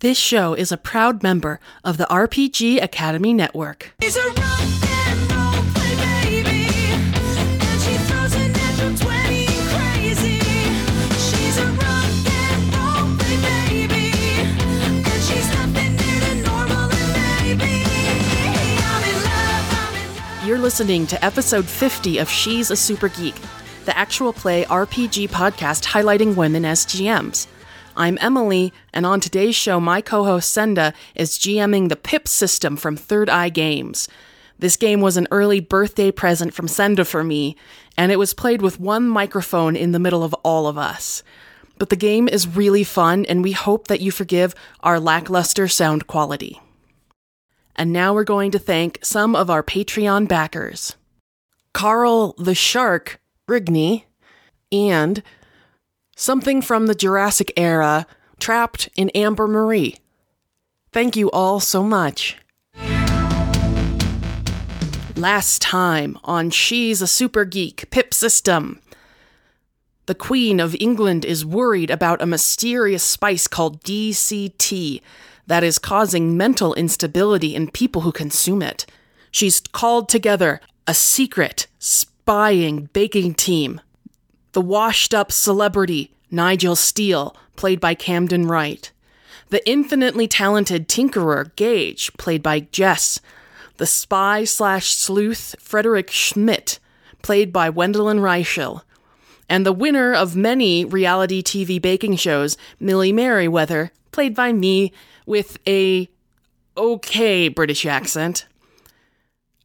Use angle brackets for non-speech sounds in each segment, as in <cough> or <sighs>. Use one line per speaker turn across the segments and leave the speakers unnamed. This show is a proud member of the RPG Academy Network.
He's a rock and roll play baby, and she throws a natural twenty crazy. She's a rock and roll play baby, and she's nothing new to normal and maybe. I'm in love, I'm in love.
You're listening to episode 50 of She's a Super Geek, the actual play RPG podcast highlighting women as GMs. I'm Emily, and on today's show, my co host Senda is GMing the PIP system from Third Eye Games. This game was an early birthday present from Senda for me, and it was played with one microphone in the middle of all of us. But the game is really fun, and we hope that you forgive our lackluster sound quality. And now we're going to thank some of our Patreon backers Carl the Shark Rigney, and something from the Jurassic era, Trapped in Amber Marie. Thank you all so much. Last time on She's a Super Geek Pip System. The Queen of England is worried about a mysterious spice called DCT that is causing mental instability in people who consume it. She's called together a secret spying baking team. The washed up celebrity Nigel Steele, played by Camden Wright. The infinitely talented tinkerer Gage, played by Jess. The spy slash sleuth Frederick Schmidt, played by Wendelin Reichel and the winner of many reality TV baking shows, Millie Merriweather, played by me with a okay British accent.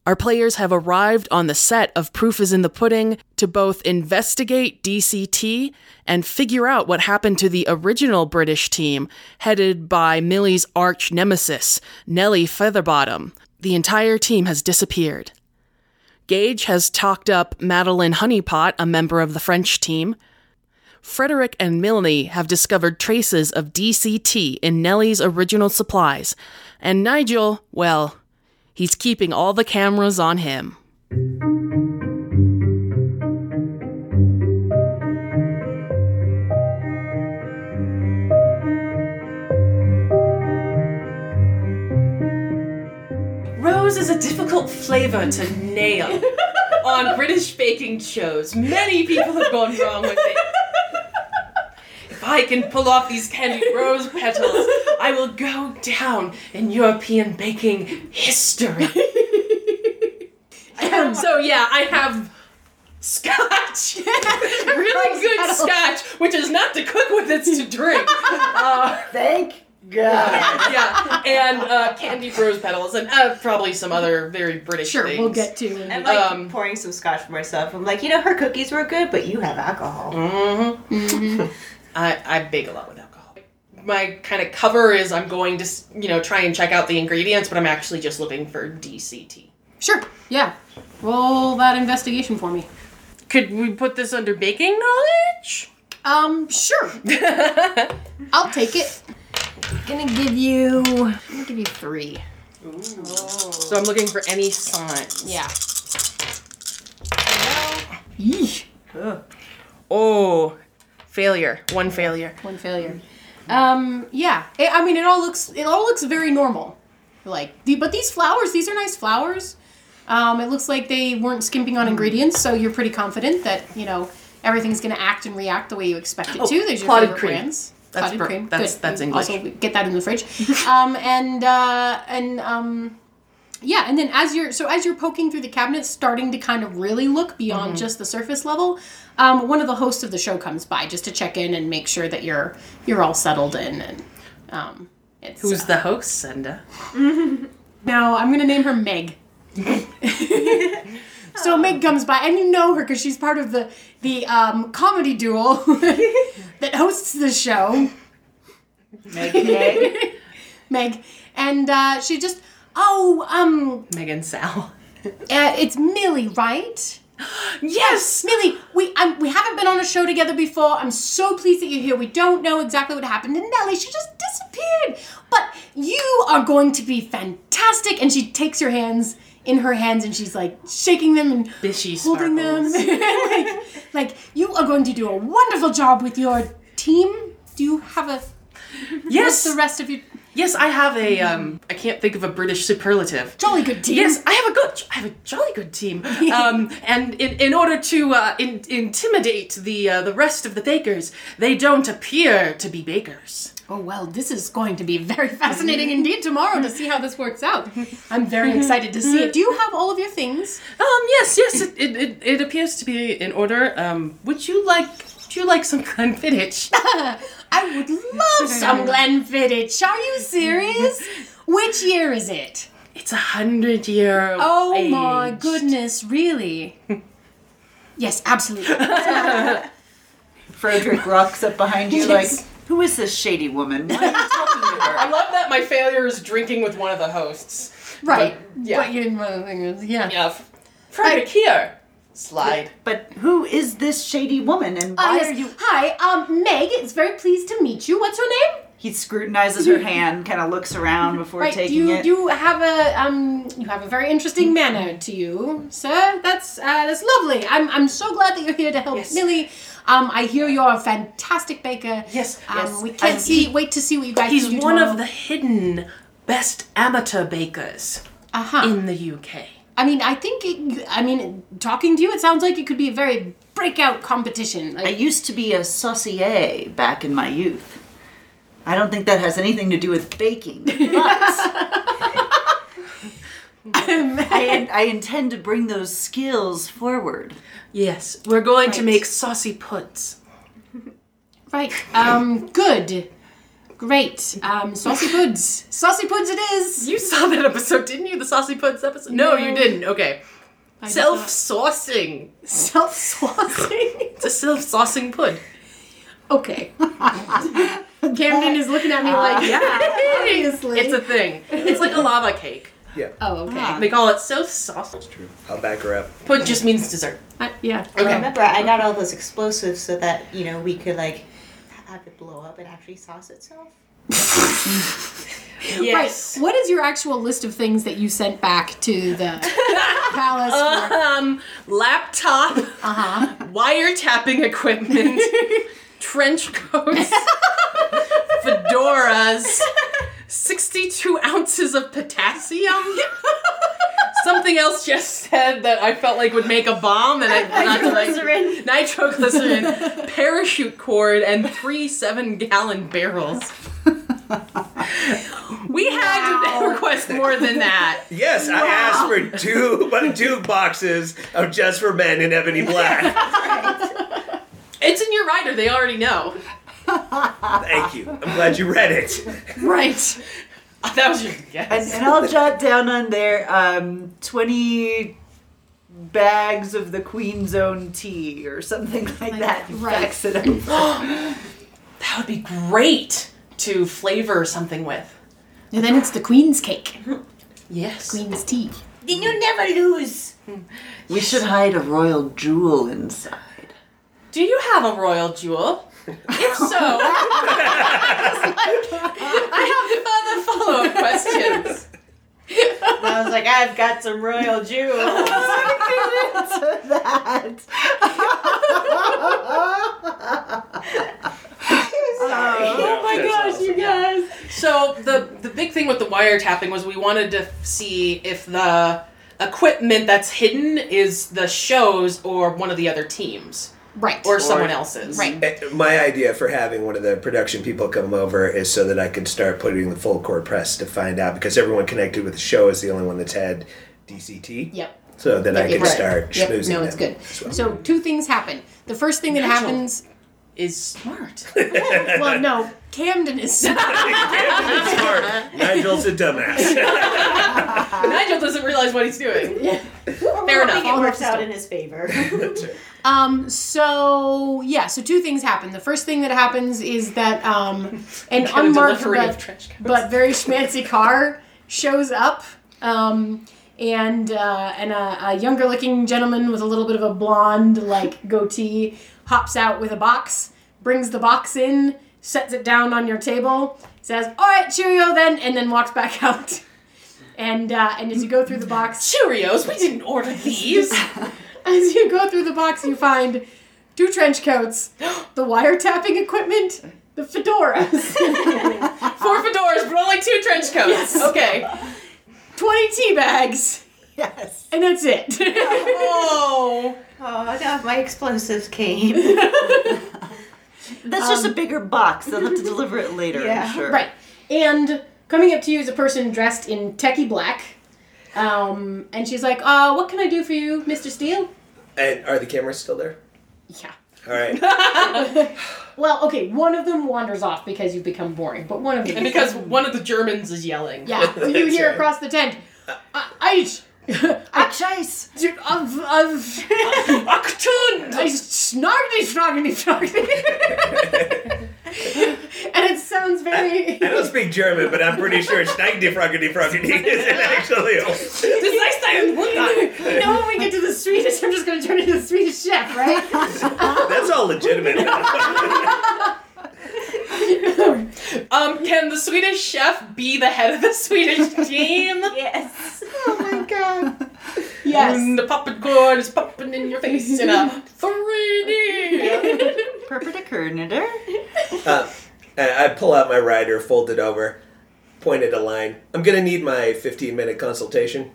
Our players have arrived on the set of Proof is in the Pudding to both investigate DCT and figure out what happened to the original British team, headed by Millie's arch nemesis, Nellie Featherbottom. The entire team has disappeared. Gage has talked up Madeline Honeypot, a member of the French team. Frederick and Milne have discovered traces of DCT in Nellie's original supplies, and Nigel, well, he's keeping all the cameras on him.
Rose is a difficult flavor to nail on British baking shows. Many people have gone wrong with it. If I can pull off these candied rose petals, I will go down in European baking history. Um, so yeah, I have scotch, really good scotch, which is not to cook with; it's to drink. Uh,
Thank God.
yeah, and uh, candy rose petals, and uh, probably some other very British
Sure,
things.
we'll get to it.
I'm like
Um,
pouring some scotch for myself. I'm like, you know, her cookies were good, but you have alcohol.
I, I bake a lot with alcohol. My kind of cover is I'm going to s- you know try and check out the ingredients, but I'm actually just looking for DCT.
Sure, yeah. Roll that investigation for me.
Could we put this under baking <laughs> knowledge?
Um, sure. I'll take it.
gonna give you. I'm gonna give you three.
So I'm looking for any signs.
Yeah.
Oh, failure. One failure.
One failure. Um, yeah. It, I mean, it all looks it all looks very normal. Like, the, but these flowers, these are nice flowers. Um, it looks like they weren't skimping on ingredients, so you're pretty confident that you know everything's going to act and react the way you expect it to. There's your
Oh, clotted
favorite
cream.
brands.
That's
Clotted
per-
cream.
that's-
Good.
that's
And
English.
Also, we get that in the fridge. <laughs> um, and uh, and um, yeah, and then as you're so as you're poking through the cabinet, starting to kind of really look beyond
Mm-hmm.
just the surface level, um, one of the hosts of the show comes by just to check in and make sure that you're you're all settled in and um, it's
Who's the host, Senda?
<laughs> no, I'm gonna name her Meg. so Meg comes by, and you know her because she's part of the the um, comedy duo <laughs> that hosts the show.
Okay.
<laughs> Meg, and uh, she just, oh, um,
Megan Sal.
uh, it's Millie, right?
Yes.
Millie, we um, we haven't been on a show together before. I'm so pleased that you're here. We don't know exactly what happened to Nellie. She just disappeared. But you are going to be fantastic. And she takes your hands in her hands and she's like shaking them and
Bishy
holding them.
sparkles.
<laughs> like, like you are going to do a wonderful job with your team. Do you have a
Yes.
the rest of your
Yes, I have a. Um, I can't think of a British superlative.
Jolly good team.
Yes, I have a good. I have a jolly good <laughs> team. Um, and in, in order to uh, in, intimidate the uh, the rest of the bakers, they don't appear to be bakers.
Oh well, this is going to be very <laughs> fascinating indeed tomorrow to see how this works out. <laughs> I'm very excited to see it. Do you have all of your things? <laughs>
Um. Yes. Yes. It it, it, it appears to be in order. Um. Would you like? Would you like some Glenfiddich?
I would love <laughs> some Glenfiddich. Are you serious? <laughs> Which year is it?
<laughs> It's a hundred year. <laughs>
Oh my
aged.
goodness, <laughs> really? Yes, absolutely.
Frederick rocks up
<laughs>
behind you like, who is this shady woman? Why are you talking to
I
her?
love that my failure is drinking with one of the hosts.
Right.
yeah.
What you didn't yeah.
Yeah. F- Frederick here. Slide.
But who is this shady woman and
Ah,
why
yes.
are you?
Hi, um, Meg. It's very pleased to meet you. What's your name?
He
<laughs>
scrutinizes her hand, kind of looks around before
Right.
taking
you
it.
you have a um you have a very interesting manner to you, sir. That's uh, that's lovely. I'm I'm so glad that you're here to help
Yes.
Millie. Um, I hear you're a fantastic baker.
Yes,
Um,
yes.
we can't
And
see
he-
wait to see what you guys
He's
can do
one of
tomorrow.
the hidden best amateur bakers
uh-huh.
in the UK.
I mean, I think it, I mean talking to you, it sounds like it could be a very breakout competition.
I
Like,
used to be a saucier back in my youth. I don't think that has anything to do with
<laughs>
baking, but I, I intend to bring those skills
<laughs>
forward.
Yes, we're going to
Right.
make saucy puds.
right. Um, good. Great. Um, saucy puds. Saucy puds it is.
You saw that episode, didn't you? The saucy puds episode? No, you didn't. Okay. Self saucing.
Self saucing.
<laughs> It's a self saucing pud.
Okay. Camden is looking at me like, yeah, obviously.
Uh, It's a uh, thing. It's like a lava cake.
Yeah,
oh, okay.
They call it self sausage.
I'll back her up.
Pud just means dessert.
I- yeah.
I remember I got all those explosives so that, you know, we could, like, have it blow up and actually sauce itself.
Right. What is your actual list of things that you sent back to the
<laughs>
palace? for-
Um, laptop,
Uh-huh.
wiretapping equipment, trench coats, <laughs> fedoras, 62 ounces of potassium. Something else just said that I felt like would make a bomb, and I not to, like, nitroglycerin, parachute cord, and three seven-gallon barrels. We had to request more than that.
Yes, I asked for two, <laughs> but two boxes of Just for Men in
<laughs>
Ebony Black.
It's in your rider; they already know.
Thank you. I'm glad you read it.
Oh, right.
That was your guess.
And, and I'll jot down on there um, 20 bags of the Queen's Own tea or something like, that. and
right.
fax
<laughs>
it over.
That would be great to flavor something with.
And then it's the queen's cake,
Yes.
queen's tea.
Then you never lose!
We should hide a royal jewel inside.
Do you have a royal jewel? If so, I have further follow up questions.
I was like, I've got some royal <laughs> jewels.
that.
Oh my gosh, you guys.
So the the big thing with the wiretapping was we wanted to see if the equipment that's hidden is the show's or one of the other teams
Right.
or, someone else's.
right.
Eh, My idea for having one of the production people come over is so that I can start putting the full court press to find out because everyone connected with the show is the only one that's had DCT.
Yep.
So then I
Yep,
can
right.
start
Yep,
schmoozing
No, it's
them
good.
as well. <laughs>
So two things happen. The first thing that
Natural.
happens,
Is smart.
well, no, Camden is.
It's
<laughs>
hard. Nigel's a dumbass.
<laughs>
<laughs>
Nigel doesn't realize what he's doing. Fair
I think
enough.
it works out in his favor.
Um, so yeah, so two things happen. The first thing that happens is
<laughs>
that um, an
Get a
unmarked
delivery of
but,
trench coats.
but very schmancy car shows up, um, and uh, and a, a younger looking gentleman with a little bit of a blonde
<laughs>
like goatee hops out with a box, brings the box in, sets it down on your table, says, "All right, cheerio then," and then walks back <laughs> out. And uh, and as you go through the
<laughs>
box,
Cheerios. We didn't order these.
<laughs> as you go through the box, you find two trench
<gasps>
coats, the wiretapping equipment, the fedoras.
<laughs> Four fedoras, but only two trench coats. Okay.
20 tea bags,
Yes.
and
<laughs>
that's it.
Oh.
Oh no, my explosives
<laughs>
came.
That's just a bigger box. They'll have to deliver it later,
Yeah.
I'm sure.
right. And coming up to you is a person dressed in techie black. Um, and she's like, uh, what can I do for you, Mr. Steele?
And are the cameras still there?
Yeah.
All right.
Uh,
<laughs> Well, okay, one of them wanders off because you've become boring, but one of them.
And because one of the Germans is yelling.
<laughs>
yeah, you hear
right.
across the tent, I,
Ah,
I,
Chase.
Dude, <laughs> I've, I've,
Achtung!
I snarkly, snarkly, snarkly. <laughs> and it sounds very. <laughs>
I don't speak German, but I'm pretty sure Schneidie Froggity Froggity is actually.
Das ist ein Wunder.
You know, when we get to the Swedish, I'm just going to turn into the Swedish chef,
<laughs>
right?
<laughs> That's all legitimate.
Um, can the Swedish chef be the head of the Swedish
<laughs>
team?
yes.
And
Yes.
the popcorn is popping in your face in a
<laughs>
3D.
Perpendicular.
<laughs> Uh, I I pull out my rider, fold it over, point at a line. I'm gonna need my 15 minute consultation.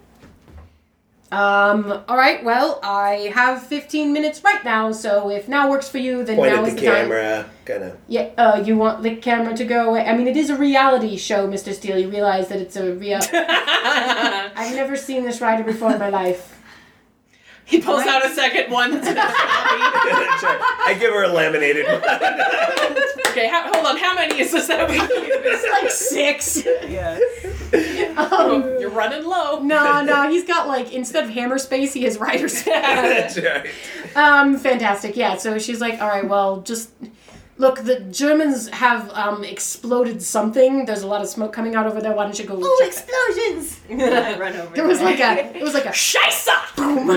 Um, all right, well, I have 15 minutes right now, so if now works for you, then
Point
now
at
is
the
the time.
camera, kind of.
Yeah, uh, you want the camera to go away. I mean, it is a reality show, Mr. Steele. You realize that it's a real.
<laughs>
I've never seen this rider before in my life.
He pulls out a second
<laughs>
one. That's in his lobby.
I give her a laminated one. <laughs>
okay, ha- hold on. How many is this that
<laughs>
we need?
Like six.
Yeah.
Um,
You're running low.
no, no, he's got like, instead of hammer space, he has rider space.
<laughs> That's right.
Um, fantastic. Yeah. So she's like, all right, well, just look. The Germans have um exploded something. There's a lot of smoke coming out over there. Why don't you go?
Oh,
check
<laughs>
that?"
explosions! I run over.
There was like a. It <laughs> was like a.
Scheisse!
Boom.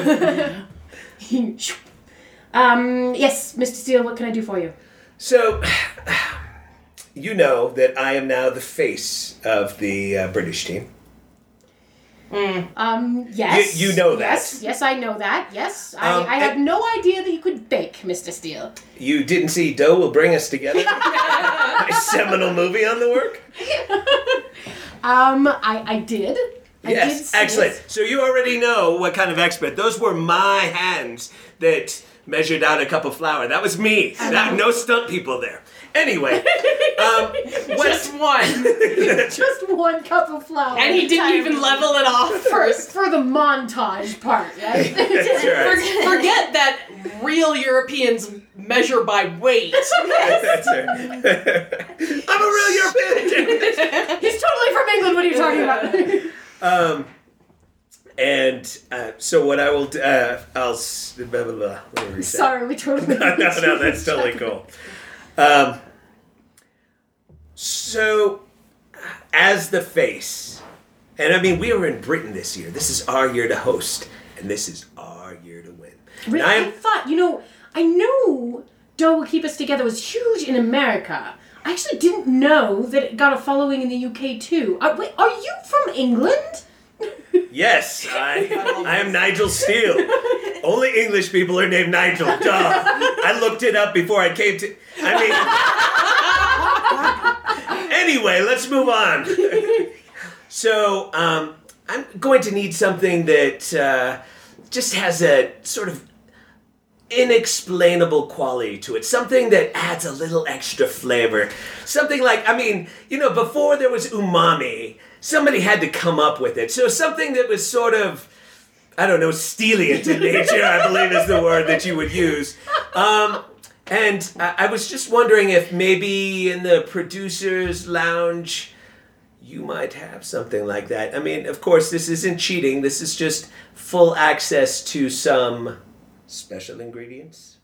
<laughs> um. Yes, Mr. Steele. What can I do for you?
So, <sighs> you know that I am now the face of the uh, British team.
Um. Yes.
You- you know that.
Yes. Yes, I know that. Yes. I,
Um,
I had
it-
no idea that you could bake, Mr. Steele.
You didn't see Doe Will Bring Us Together? my seminal movie on the work?
Um. I. I did. I did
Yes,
see
excellent.
it.
So you already know what kind of expert. Those were my hands that measured out a cup of flour. That was me. That, no stunt people there.
<laughs>
Anyway, um, what,
Just one.
Just one cup of flour.
And he didn't
Time
even level it off first.
for the montage part. Right?
<laughs> that's right.
Forget that real Europeans measure by weight.
<laughs> That's right. I'm a real
<laughs>
European.
<laughs> He's totally from England. What are you talking about?
um, and uh, so what I will do, uh, I'll s- blah, blah, blah. Let me
<laughs>
reset.
Sorry, we totally.
<laughs> no, no, no,
<laughs>
that's totally cool. Um, so, as the face, and I mean, we were in Britain this year. This is our year to host, and this is our year to win. And
Really,
I
I
am,
thought you know. I know "Doe Will Keep Us Together" was huge in America. I actually didn't know that it got a following in the UK too. Are, wait, are you from England?
yes, I, I am Nigel Steele. Only English people are named Nigel. Duh. I looked it up before I came to. I mean. anyway, let's move on. So um, I'm going to need something that uh, just has a sort of inexplainable quality to it. Something that adds a little extra flavor. Something like, I mean, you know, before there was umami, somebody had to come up with it. So something that was sort of, I don't know, steely to nature, I believe is the word that you would use. Um, and I, I was just wondering if maybe in the producer's lounge, you might have something like that. I mean, of course, this isn't cheating. This is just full access to some special ingredients.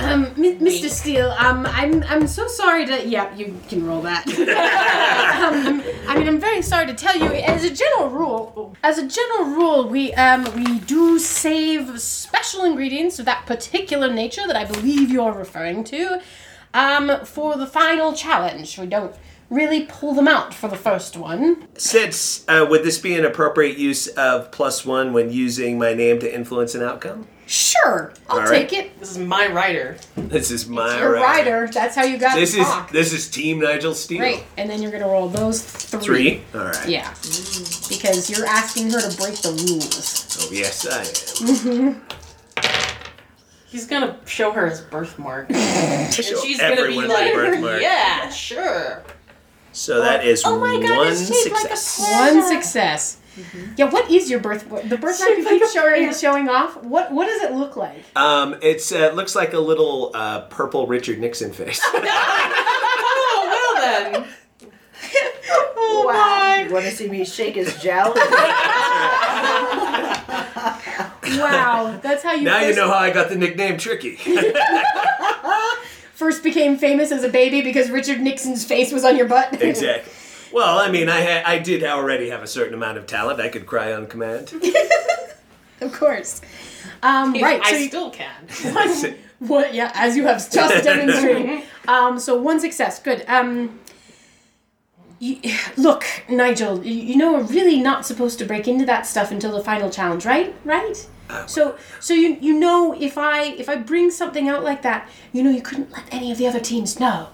Um, M- Mr. Steele, um, I'm I'm so sorry to. Yeah, you can roll that.
<laughs>
um, I mean, I'm very sorry to tell you. As a general rule, as a general rule, we um we do save special ingredients of that particular nature that I believe you're referring to, um, for the final challenge. We don't really pull them out for the first one.
Since uh, would this be an appropriate use of plus one when using my name to influence an outcome?
Sure, I'll
All right.
take it.
This is my writer.
This is my
Your
rider.
rider. That's how you got
This
to
is
talk.
this is Team Nigel Steele.
Great. And then you're gonna roll those three.
Three. All right.
Yeah. Mm. Because you're asking her to break the rules.
Oh yes, I am.
He's gonna show her his birthmark. and
Show
she's gonna be
everyone
<laughs>
my
like,
birthmark.
yeah, sure.
So that is
Oh my god,
one
it's shaped
success.
like a
One
square.
success. Yeah. What is your birth? The birthmark you keep showing showing off. What What does it look <laughs> like?
um, it's uh, looks like a little uh, purple Richard Nixon face.
Oh, well then.
Oh,
wow. You want to see me shake his jowl?
Wow. That's how you.
now you
first,
know how I got the nickname Tricky.
first became famous as a baby because Richard Nixon's face was on your butt.
exactly. Well, I mean, I ha- I did already have a certain amount of talent. I could cry on command.
<laughs> of course. Um, <laughs> right.
I
so you-
still
<laughs>
can.
What? Yeah, as you have just demonstrated. um, so one success. Good. Um, you, look, Nigel, you, you know we're really not supposed to break into that stuff until the final challenge, right? Right. So, so you you know if I if I bring something out like that, you know you couldn't let any of the other teams know,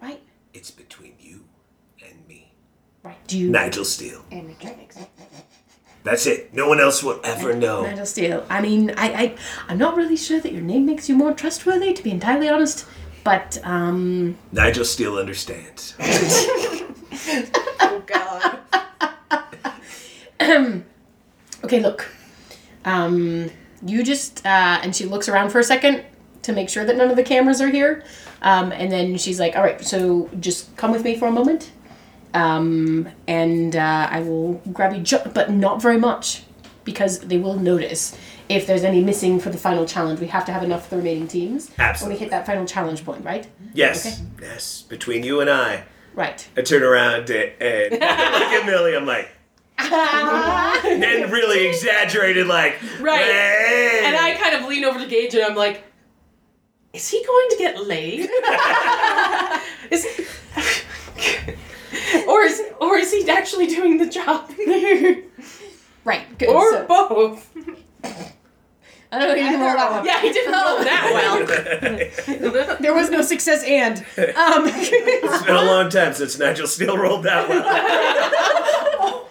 right?
it's between you and me,
Right. Do you?
Nigel Steele. That's it. No one else will ever know.
Nigel Steele. I mean, I, I I'm not really sure that your name makes you more trustworthy, to be entirely honest. But um,
Nigel Steele understands.
Okay, look. Um, you just uh, and she looks around for a second to make sure that none of the cameras are here, um, and then she's like, "All right, so just come with me for a moment, um, and uh, I will grab you, ju- but not very much, because they will notice if there's any missing for the final challenge. We have to have enough for the remaining teams when we
Absolutely.
hit that final challenge point, right?
Yes. Yes. Between you and I.
Right.
I turn around and, and <laughs> look at Millie.
<laughs>
I'm like, and then really exaggerated, like,
Right.
"Hey."
And I kind of lean over to Gage and I'm like, is he going to get laid? <laughs> is or is or is he actually doing the
<laughs>
job?
Right. Good.
or
so-
both.
I don't know. You can roll that one.
Yeah, he didn't roll that
<laughs>
well. <laughs>
There was no success and.
<laughs>
<laughs> Um,
it's been a long time since Nigel Steele rolled that one.
<laughs>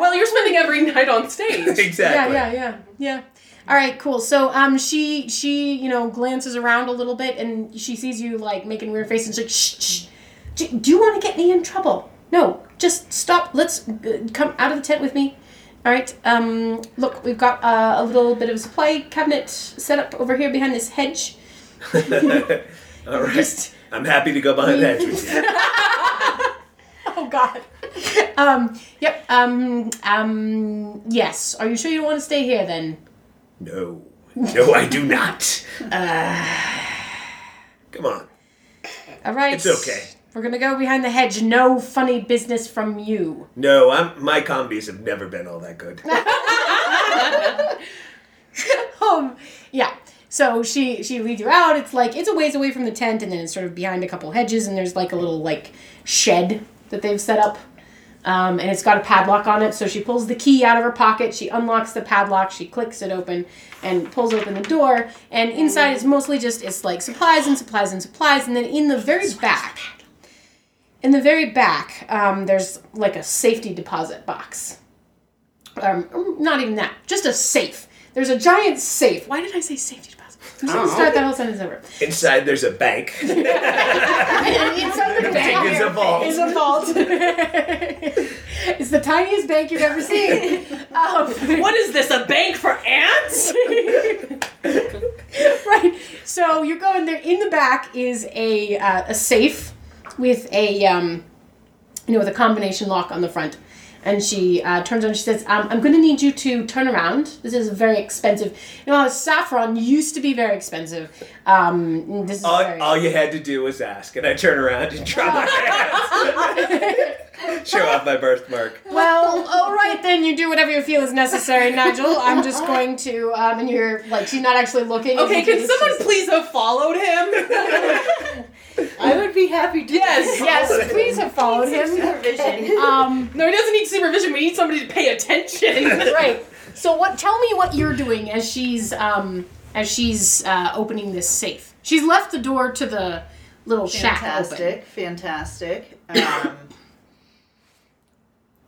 Well, you're spending every night on stage.
<laughs> exactly.
Yeah, yeah, yeah, yeah. All right, cool. So, um, she she you know glances around a little bit and she sees you like making weird faces. She's like, shh, shh. Do, do you want to get me in trouble? No, just stop. Let's uh, come out of the tent with me. All right. Um, look, we've got uh, a little bit of a supply cabinet set up over here behind this hedge.
All right.
Just
I'm happy to go
<laughs>
behind that tree.
<laughs> oh God. <laughs> um. Yep. Um. Um. Yes. Are you sure you don't want to stay here then?
No. No, I do not. Come on.
All right.
It's okay.
We're gonna go behind the hedge. No funny business from you.
No, I'm, my comedies have never been all that good.
Um, yeah. So she she leads you out. It's like it's a ways away from the tent, and then it's sort of behind a couple hedges, and there's like a little like shed that they've set up, um, and it's got a padlock on it. So she pulls the key out of her pocket. She unlocks the padlock. She clicks it open, and pulls open the door. And inside it's mostly just it's like supplies and supplies and supplies, and then in the very back. In the very back, um, there's like a safety deposit box. Um, not even that, just a safe. There's a giant safe. Why did I say safety deposit? I'm just gonna start that whole sentence <laughs> over.
Inside, there's a bank. the
It sounds like a
bank is a vault.
It's a vault. <laughs> it's the tiniest bank you've ever <laughs> seen. Um,
What is this? A bank for ants?
<laughs> right. So you go in there. In the back is a uh, a safe with a um, you know with a combination lock on the front. And she uh, turns around. She says, um, "I'm going to need you to turn around. This is very expensive. You know, how saffron used to be very expensive. Um, this is
Uh,
very
All, all you had to do was ask, and I turn around and drop my hands. Show off my birthmark.
Well, all right then. You do whatever you feel is necessary, Nigel. I'm
<laughs>
just going to. Um, and you're like, she's not actually
<laughs>
looking.
Okay, can
It's just-
someone please have followed
<laughs>
him?
I would be happy to.
Yes.
Yes, please have followed him.
Supervision.
Um,
No, he doesn't need supervision. We need somebody to pay attention.
<laughs> right. So what? Tell me what you're doing as she's um, as she's uh, opening this safe. She's left the door to the little shack open.
Fantastic, fantastic. Um, <coughs>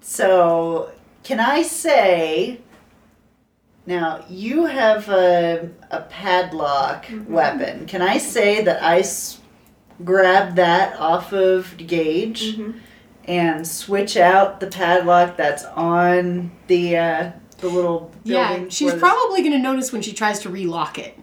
so, can I say now you have a, a padlock
Mm-hmm.
weapon? Can I say that I s- grab that off of Gage
Mm-hmm.
and switch out the padlock that's on the uh, the little building?
Yeah, she's
where the-
probably going to notice when she tries to relock it.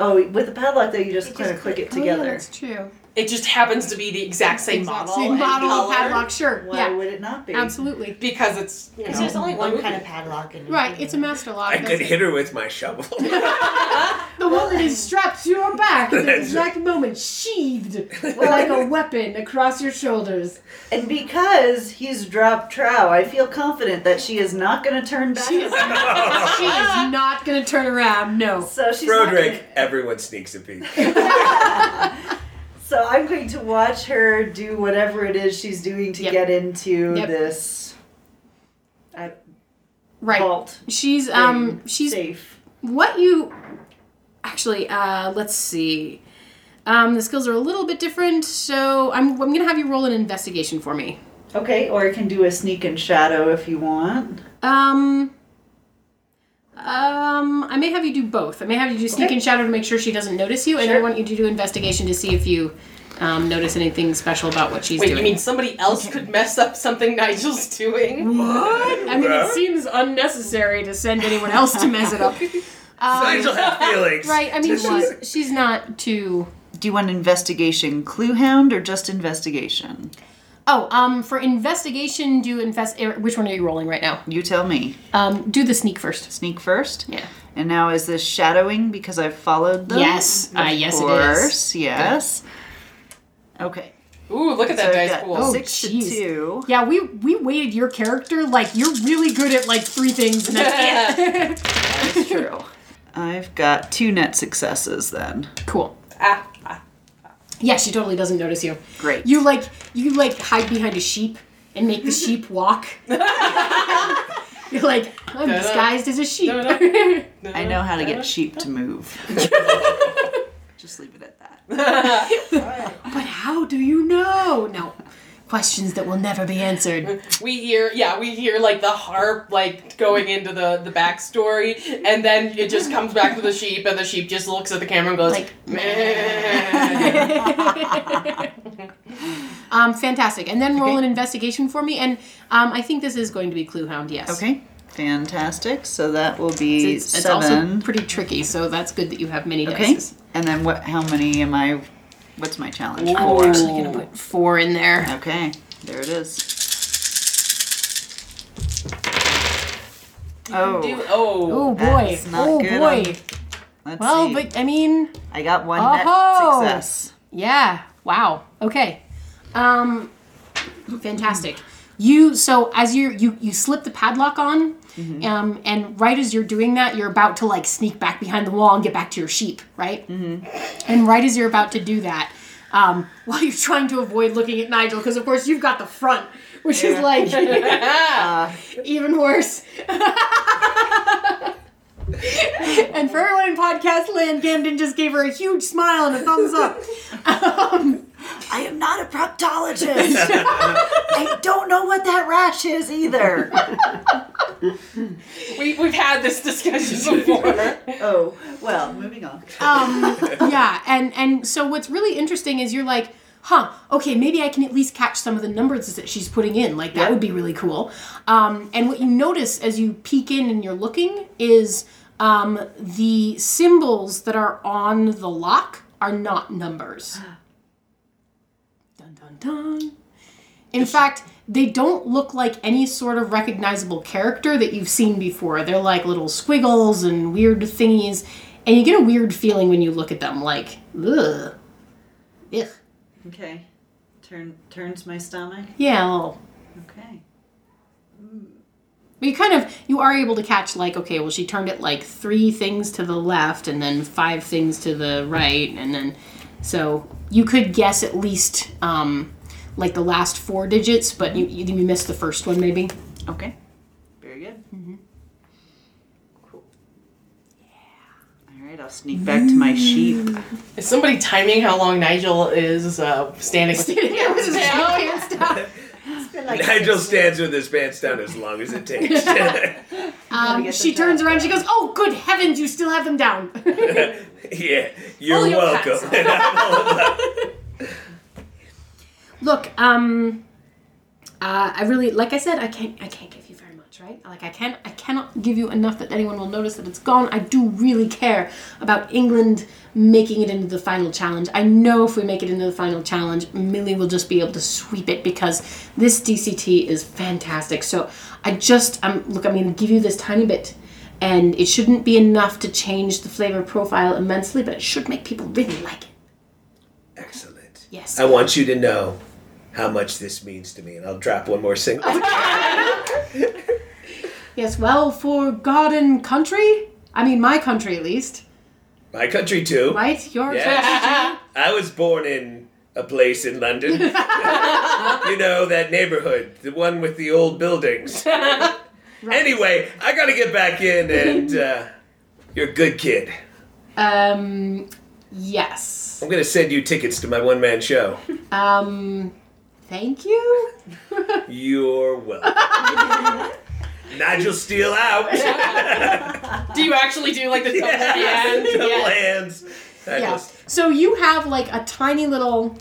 oh with the padlock though you just kind of
just
click it
Oh, yeah,
together.
that's true.
It just happens to be the exact same
Exact
model.
Same
and
model of
color,
padlock, sure.
Why
yeah,
would it not be?
absolutely.
Because it's you know,
Because there's only one
movie.
kind of padlock. In
Right, it's a master lock.
I
that's
could
it.
hit her with my shovel.
The one that is strapped to your back at the
That's
exact moment, sheathed like a weapon across your
<laughs>
shoulders.
And because he's dropped trow, I feel confident that she is not going to turn back.
She is, she is not going to turn around, no.
so she's not
Broderick,
gonna-
everyone sneaks a peek. <laughs>
so I'm going to watch her do whatever it is she's doing to
Yep.
get into
Yep.
this uh,
Right.
vault.
She's um
thing
she's
safe.
what you actually uh let's see. Um the skills are a little bit different, so I'm I'm going to have you roll an investigation for me.
Okay, or I can do a sneak and shadow if you want.
Um um, I may have you do both. I may have you do sneak
Okay.
and shadow to make sure she doesn't notice you, and I
Sure.
want you to do investigation to see if you um, notice anything special about what she's
Wait,
doing.
you mean somebody else could mess up something Nigel's doing?
What? I mean, it seems unnecessary to send anyone else to mess it up.
Nigel has
<laughs>
feelings.
Right? I mean,
This is-
she's she's not too.
Do you want investigation clue hound or just investigation?
Oh, um, for investigation, do invest. er, Which one are you rolling right now?
You tell me.
Um, do the sneak first.
Sneak first.
Yeah.
And now is this shadowing because I've followed them?
Yes.
Of
Uh, yes, it is.
course. Yes. Okay.
Ooh, look at
So
that
I've
dice
got
pool.
Oh,
six
jeez.
to <laughs> two.
Yeah, we we weighted your character like you're really good at like three things, and that's it. <laughs>
That's true. I've got two net successes then.
Cool.
Ah, ah.
Yeah, she totally doesn't notice you.
Great.
You like you like hide behind a sheep and make the sheep walk. <laughs> You're like I'm disguised as a sheep. <laughs>
I know how to get sheep to move. Just leave it at that.
Ah.
But how do you know? No. Questions that will never be answered.
<laughs>
<laughs>
We hear, yeah, we hear like the harp like going into the the backstory, and then it just comes back to the sheep, and the sheep just looks at the camera and goes
Like,
meh.
Um, fantastic. And then roll an investigation for me. And um, I think this is going to be Clue Hound, yes.
Okay. Fantastic. So that will be
It's, it's also
seven.
pretty tricky, so that's good that you have many
okay.
dice.
And then what? How many am I? What's my challenge?
I'm actually going to put four in there.
Okay. There it is. Oh.
Do- oh,
Oh, boy.
That's not
oh,
good
boy.
on- Let's
Well,
see.
but I mean,
I got one
Oh-ho!
net success.
Yeah. Wow. Okay. Um fantastic. You so as you you you slip the padlock on
Mm-hmm.
um and right as you're doing that you're about to like sneak back behind the wall and get back to your sheep, right?
Mm-hmm.
And right as you're about to do that um, <laughs> while you're trying to avoid looking at Nigel, because of course you've got the front, which is
<laughs>
like
Uh,
even worse. and for everyone in podcast land, Gamden just gave her a huge smile and a thumbs up. Um,
I am not a proctologist. <laughs> I don't know what that rash is either.
we we've had this <laughs> discussion before.
<laughs> oh, well, Uh, moving on.
um, yeah and and so what's really interesting is you're like huh okay maybe i can at least catch some of the numbers that she's putting in like that would be really cool um, and what you notice as you peek in and you're looking is um, the symbols that are on the lock are not numbers dun dun dun in fact, they don't look like any sort of recognizable character that you've seen before. They're like little squiggles and weird thingies, and you get a weird feeling when you look at them, like ugh, ugh.
Okay. Turn turns my stomach.
yeah. a little.
Okay.
But you kind of you are able to catch like okay, well she turned it like three things to the left and then five things to the right, and then so you could guess at least um, like the last four <laughs> digits, but you you, you missed the first one maybe.
Mm-hmm. Okay. Very good. I'll sneak back to my sheep.
Is somebody timing how long Nigel is uh, standing?
yeah, with his
Yeah.
pants down.
<laughs> Nigel stands with his pants down as long as it takes. <laughs>
Um, she turns around. She goes, "Oh, good heavens! You still have them down." <laughs>
yeah, you're
Pull your
welcome. <laughs>
Look, um, uh, I really, like I said, I can't, I can't give you very much, right? Like I can, I cannot give you enough that anyone will notice that it's gone. I do really care about England making it into the final challenge. I know if we make it into the final challenge, Millie will just be able to sweep it because this DCT is fantastic. So I just, um, look, I'm going to give you this tiny bit. And it shouldn't be enough to change the flavor profile immensely, but it should make people really like it.
Excellent.
Yes.
I want you to know how much this means to me, and I'll drop one more single.
Yes, well, for God and country, I mean my country at least,
My country too.
right? Your
Yes. I was born in a place in London. you know, that neighborhood, the one with the old buildings. Anyway, I gotta get back in, and uh, you're a good kid.
um, yes.
I'm gonna send you tickets to my one man show.
Um, thank you. <laughs>
You're welcome. Nigel Steele out. <laughs>
Do you actually do like the double hand?
Double
Yeah.
hands. I
Yeah.
just-
So you have like a tiny little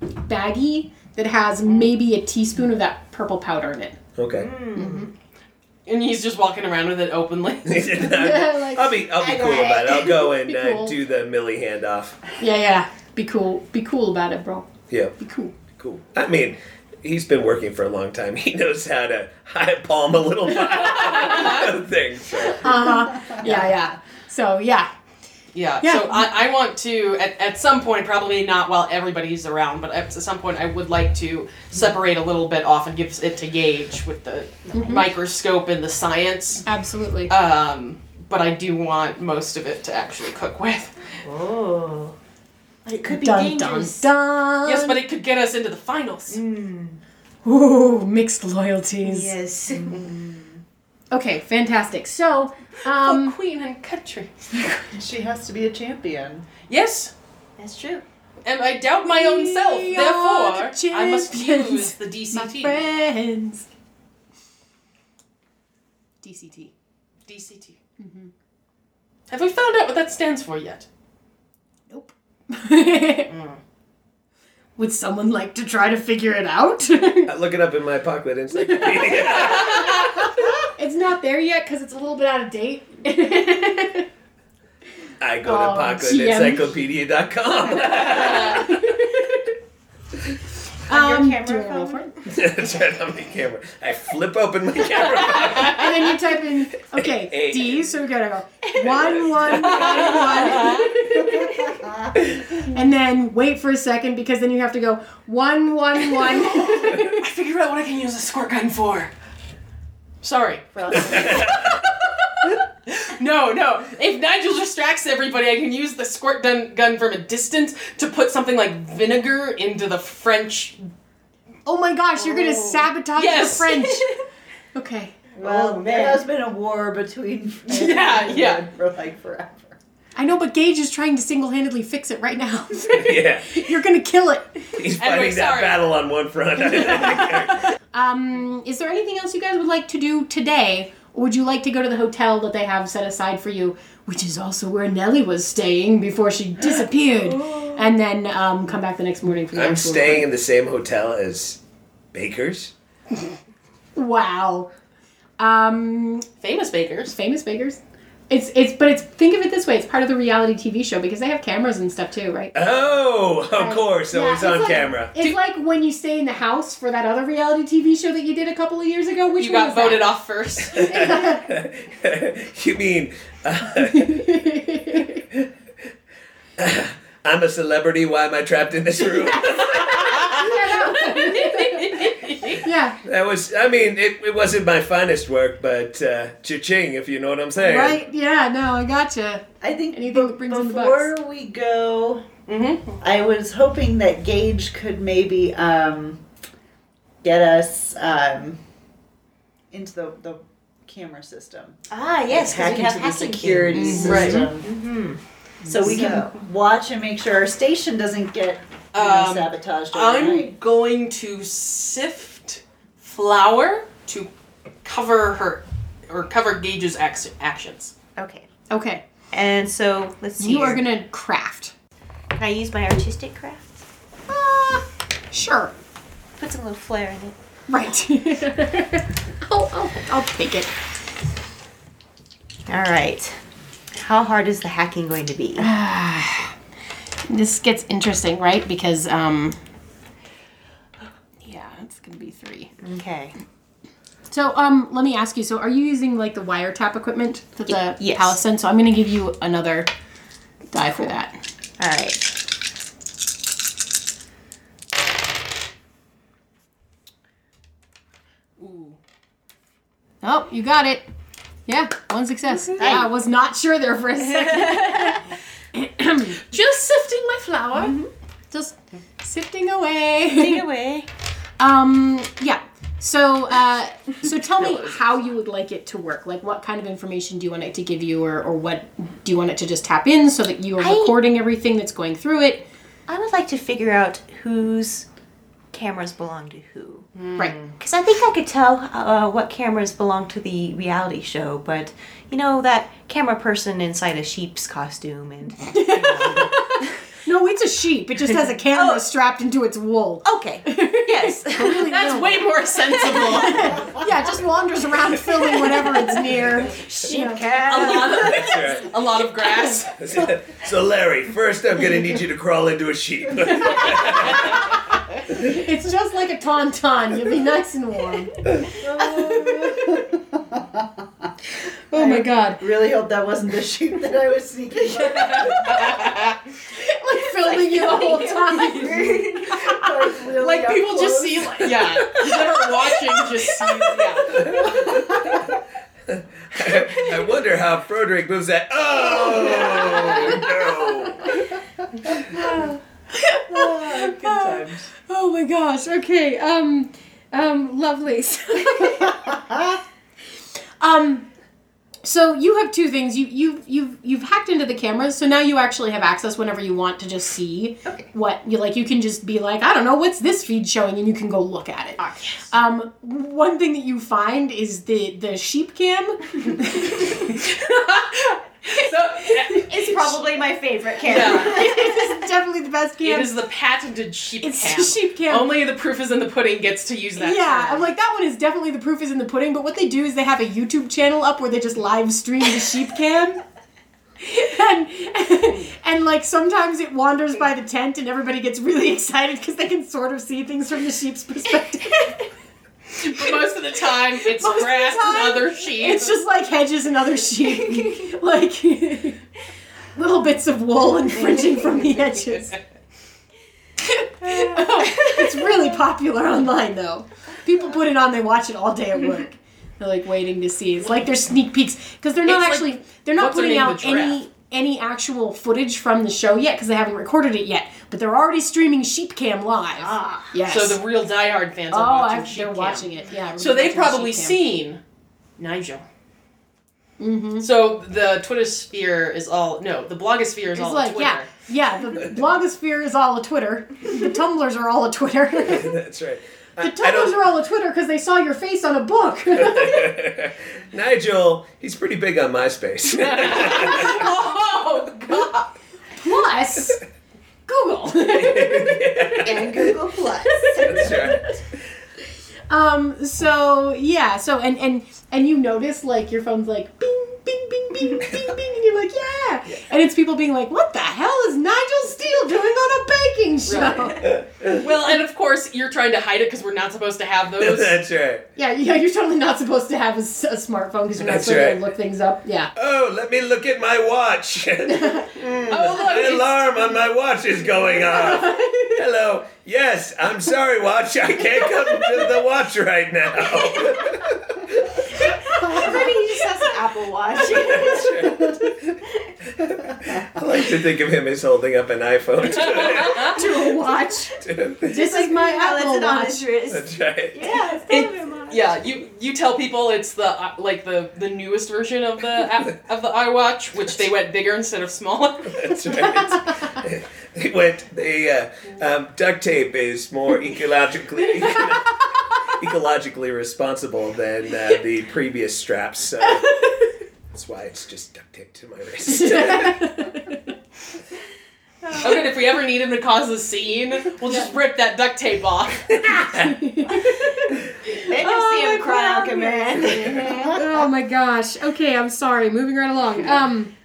baggie that has maybe a teaspoon of that purple powder in it.
okay.
And he's just walking around with it openly. <laughs>
like-
<laughs> I'll be I'll be cool about it. I'll go
<laughs>
and
Be
uh,
cool.
do the Millie handoff.
Yeah, yeah. Be cool. Be cool about it, bro.
Yeah,
Be cool.
cool. I mean, he's been working for a long time. He knows how to high palm a
<laughs>
little <laughs> thing. So.
Uh-huh. Yeah, yeah. So yeah.
Yeah.
Yeah.
So I, I want to at, at some point, probably not while everybody's around, but at some point I would like to separate a little bit off and give it to Gage with the microscope and the science.
Absolutely.
Um, but I do want most of it to actually cook with.
Oh. It could be
dun dun
dangerous.
dun.
Yes, but it could get us into the finals.
Ooh, mixed loyalties.
<laughs>
Yes.
Okay, fantastic. So, um,
Queen and country.
She has to be a champion.
Yes.
That's true.
And I doubt my own self.
We are the
Therefore, I must
champions,
use the
my
DCT.
friends. DCT.
DCT.
Mm-hmm.
Have we found out what that stands for yet?
Nope.
Mm.
<laughs> Would someone like to try to figure it out? <laughs>
I look it up in my pocket encyclopedia.
it's not there yet because it's a little bit out of date.
I go
Oh,
to
GM.
pockletencyclopedia.com.
<laughs> um,
Uh, camera
do you wanna roll
phone?
for it?
<laughs> That's right on the camera. I flip open my camera.
And then you type in, okay, D, so we gotta go one, one, one, one. and then wait for a second because then you have to go one, one, one.
I figured out what I can use a squirt gun for. Sorry. <laughs> no, no. If Nigel distracts everybody, I can use the squirt gun, gun from a distance to put something like vinegar into the French.
Oh my gosh, you're gonna sabotage
Yes.
the French. Okay.
Well,
man.
there has been a war <laughs> between France
Yeah,
and
yeah.
England for like forever.
I know, but Gage is trying to single handedly fix it right now.
<laughs> yeah,
you're gonna kill it.
he's fighting
Anyway,
that
sorry.
battle on
<laughs>
one front.
Um, is there anything else you guys would like to do today? Or would you like to go to the hotel that they have set aside for you, which is also where Nellie was staying
<gasps>
before she disappeared,
Oh.
and then um, come back the next morning for the
I'm
actual-
staying in the same hotel as Baker's.
Wow. Um,
Famous bakers.
famous bakers. It's it's but it's think of it this way. It's part of the reality TV show because they have cameras and stuff too, right?
Oh, of course,
Yeah,
always on
like-
camera.
It's like when you stay in the house for that other reality TV show that you did a couple of years ago. Which
You
one
got
was
voted
<laughs> that?
off first. Mm-hmm.
<laughs> you mean uh, <laughs> I'm a celebrity? Why am I trapped in this
<laughs>
room?
yeah.
that was, I mean, it, it wasn't my finest work, but uh, cha-ching, if you know what I'm saying.
Right. Yeah. No, I gotcha.
I think
Anything
be-
that brings in the
before we go, I was hoping that Gage could maybe um, get us um, into the, the camera system.
Ah, yes, because
Hack
we have
into the
hacking Mm-hmm.
security
things.
system. So we
So-
can watch and make sure our station doesn't get you know,
Um,
sabotaged
<laughs> I'm
overnight.
going to sift flour to cover her or cover Gage's ac- actions.
Okay.
Okay.
And so let's see.
You are
here.
gonna craft.
Can I use my artistic craft?
Uh, sure.
Put some little flair in it.
Right. <laughs> oh, oh, I'll take it.
All right. How hard is the hacking going to be?
This gets interesting, right? Because um, yeah, it's gonna be three.
<sighs> Okay.
So um, let me ask you. So are you using like the wiretap equipment that the
yes.
palace sent? So I'm gonna give you another die for that.
All right.
Oh, you got it. Yeah, one success. Yeah, I was not sure there for a second.
<laughs>
<clears throat>
Just sifting my flour.
Mm-hmm. Just sifting away. <laughs>
Take it away.
Um, yeah. So, uh,
<laughs>
so tell me how you would like it to work. Like, what kind of information do you want it to give you, or, or what do you want it to just tap in so that you are
I-
recording everything that's going through it?
I would like to figure out whose cameras belong to who.
Mm.
Right.
Because I think I could tell uh, what cameras belong to the reality show, but you know, that camera person inside a sheep's costume and. you know.
No, it's a sheep. It just has
<laughs>
a camera
Oh.
strapped into its wool.
okay. <laughs> Yes.
That's way more sensible.
Yeah, it just wanders around filming whatever it's
<laughs>
near.
a lot of
<laughs>
<laughs>
That's right.
a lot of grass.
<laughs> so Larry, first I'm gonna need you to crawl into a sheep. <laughs>
It's just like a tauntaun. You'll be nice and
<laughs>
warm. <laughs> Oh my god!
really hope that wasn't the shoot that I was sneaking. up.
Like filming you the whole time.
like really
Like
up
people just
close.
see like, yeah. That are watching just see <laughs> yeah.
I wonder how Frederick moves that. Oh no! <laughs>
Good times.
Oh my gosh. Okay. Um um lovely. <laughs> um so you have two things. You you you've you've hacked into the cameras, so now you actually have access whenever you want to just see what you like you can just be like, I don't know, what's this feed showing and you can go look at it. Um one thing that you find is the the sheep <laughs> cam.
So
It's probably my <laughs> favorite camera.
yeah.
it is definitely the best
It
cam.
is the patented sheep
It's
cam.
the <laughs> sheep cam.
Only the proof is in the pudding gets to use that.
yeah,
term.
I'm like that one is definitely the proof is in the pudding. But what they do is they have a YouTube channel up where they just live stream the sheep cam. <laughs> And, and like sometimes it wanders by the tent and everybody gets really <laughs> excited because they can sort of see things from the sheep's perspective. <laughs>
But most of the time it's
Most of the
grass
time,
and other sheep.
it's just like hedges and other
<laughs>
sheep, like little bits of wool and fringing from the
<laughs>
edges. Oh, it's really popular online though. People put it on, they watch it all day at work. They're like waiting to see. It's like their sneak peeks because they're not
It's like-
actually they're not
what's her
putting
name,
out
the giraffe?
any any actual footage from the show yet because they haven't recorded it yet. But they're already streaming Sheepcam live. Ah, yes.
so the real diehard fans
oh,
are watching
I've,
sheep
they're
cam.
watching it. Yeah.
So
everybody's
they've
watching
probably
Sheep Cam.
seen Nigel.
Mm-hmm.
So the Twitter sphere is all no, the blogosphere is
It's
all
like
Twitter. <laughs>
yeah, yeah. The blogosphere is all a Twitter. The tumblers are all a Twitter. <laughs> the
That's right. I, I
tumblers
don't,
are all a Twitter because they saw your face on a book.
<laughs> Nigel, he's pretty big
<laughs>
on MySpace.
<laughs> Oh god.
Plus,
<laughs>
Google.
And Google Plus.
That's right.
um. So yeah. So and and and you notice like your phone's like bing bing bing bing bing
<laughs>
bing, and you're like yeah. and it's people being like, what the hell is Nigel Steele doing on a baking show?
Well, and of course you're trying to hide it because we're not supposed to have those.
That's right.
Yeah, yeah. You're totally not supposed to have a, s- a smartphone because you're not
That's
supposed
right.
to look things up.
<laughs>
Yeah.
Oh, let me look at my watch.
Oh look,
My
it's-
alarm on my watch is going off. Hello. Yes, I'm sorry, watch. I can't come to the watch right now.
Everybody just has an Apple <laughs> Watch.
That's right. I like to think of him as holding up an iPhone.
<laughs> To a watch.
To- to-
This is my
Now that's
Apple
it on <laughs>
Watch. <laughs>
his wrist.
That's right.
Yeah, it's kind of
<laughs>
a
Yeah, you you tell people it's the uh, like the the newest version of the app- of the iWatch, which they went bigger instead of smaller. <laughs>
That's right. they went. They uh, um, duct tape is more ecologically <laughs> ecologically responsible than uh, the previous straps. So that's why it's just duct tape to
<laughs>
my wrist.
<laughs>
Okay, Oh, if we ever need him to cause a scene, we'll just rip that duct tape off.
Then you'll see him cry out command.
oh my gosh. Okay, I'm sorry. Moving right along. Um,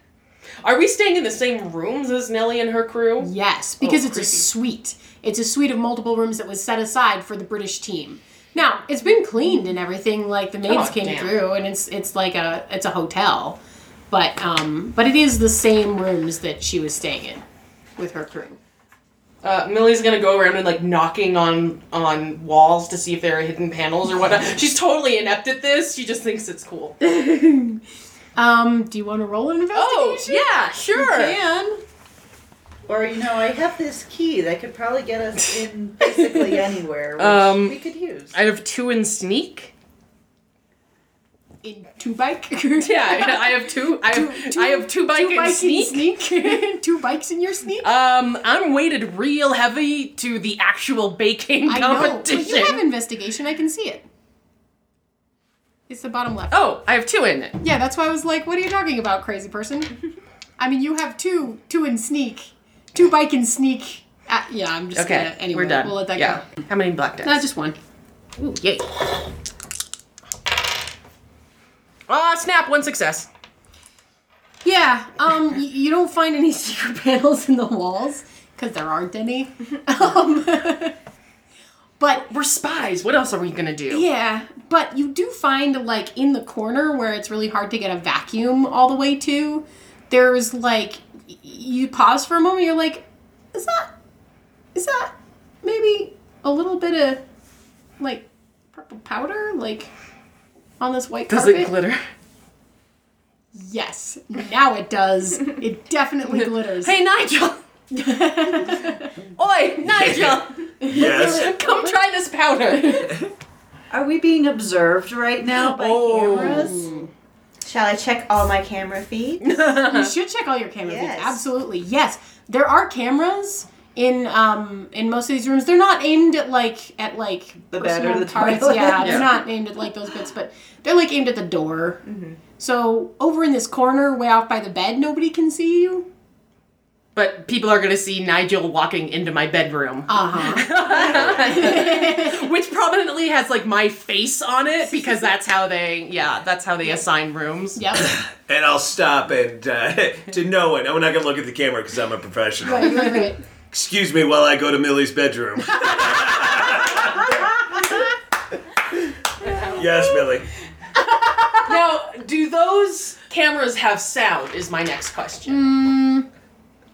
Are we staying in the same rooms as Nellie and her crew?
yes, because
Oh,
it's a
creepy.
suite. It's a suite of multiple rooms that was set aside for the British team. Now it's been cleaned and everything. Like the maids
Oh,
came
damn.
through, and it's it's like a it's a hotel, but um, but it is the same rooms that she was staying in with her crew.
Uh, Millie's gonna go around and like knocking on on walls to see if there are hidden panels or whatnot. She's totally inept at this. She just thinks it's cool.
Um, do you want to roll an
Oh
investigation?
yeah, sure.
Can.
Or you know, I have this key that could probably get us in basically anywhere, which
Um,
we could use.
I have two in sneak.
In two bike.
<laughs> Yeah, I have two. I have, I have two bike
two
and sneak.
<laughs> two bikes in your sneak.
Um, I'm weighted real heavy to the actual baking
I know. But
competition.
you have investigation. I can see it. It's the bottom left.
oh, I have two in it.
Yeah, that's why I was like, "What are you talking about, crazy
<laughs>
person?" I mean, you have two, two in sneak, two bike and sneak. Uh, yeah, I'm just
Okay,
gonna, anyway,
we're done.
We'll let that
yeah.
go.
How many black dice?
That's just one.
Ooh, yay.
Uh,
Ah, snap! One success.
Yeah,
<laughs>
um, y- you don't find any <laughs> secret panels in the walls because there aren't any.
<laughs>
Um, <laughs> but
We're spies. What else are we gonna do?
Yeah, but you do find like in the corner where it's really hard to get a vacuum all the way to. There's like y- you pause for a moment. You're like, is that is that maybe a little bit of like purple powder like on this white
Does
carpet?
it glitter?
Yes, now it does. it definitely glitters.
<laughs> Hey, Nigel!
<laughs>
Oi, Nigel!
yes.
Come try this powder.
Are we being observed right now by cameras?
<laughs> Shall I check all my camera <laughs> feeds?
you should check all your camera
Yes.
feeds. Absolutely, yes. There are cameras in um in most of these rooms. They're not aimed at like at like
The bed or
personal
the
parts.
toilet.
Yeah, they're not aimed at like those bits, but they're like aimed at the door.
Mm-hmm.
So over in this corner, way off by the bed, nobody can see you.
But people are gonna see Nigel walking into my bedroom,
Uh
Uh-huh.
huh.
which prominently has like my face on it
<laughs>
because that's how they, yeah, that's how they assign
<laughs>
rooms.
yep.
And I'll stop and uh, to no one. I'm not gonna look at the camera because I'm a professional.
Right, right, right.
Excuse me while I go to Millie's bedroom. yes, Millie. <laughs>
Now, do those cameras have sound? Is my next question.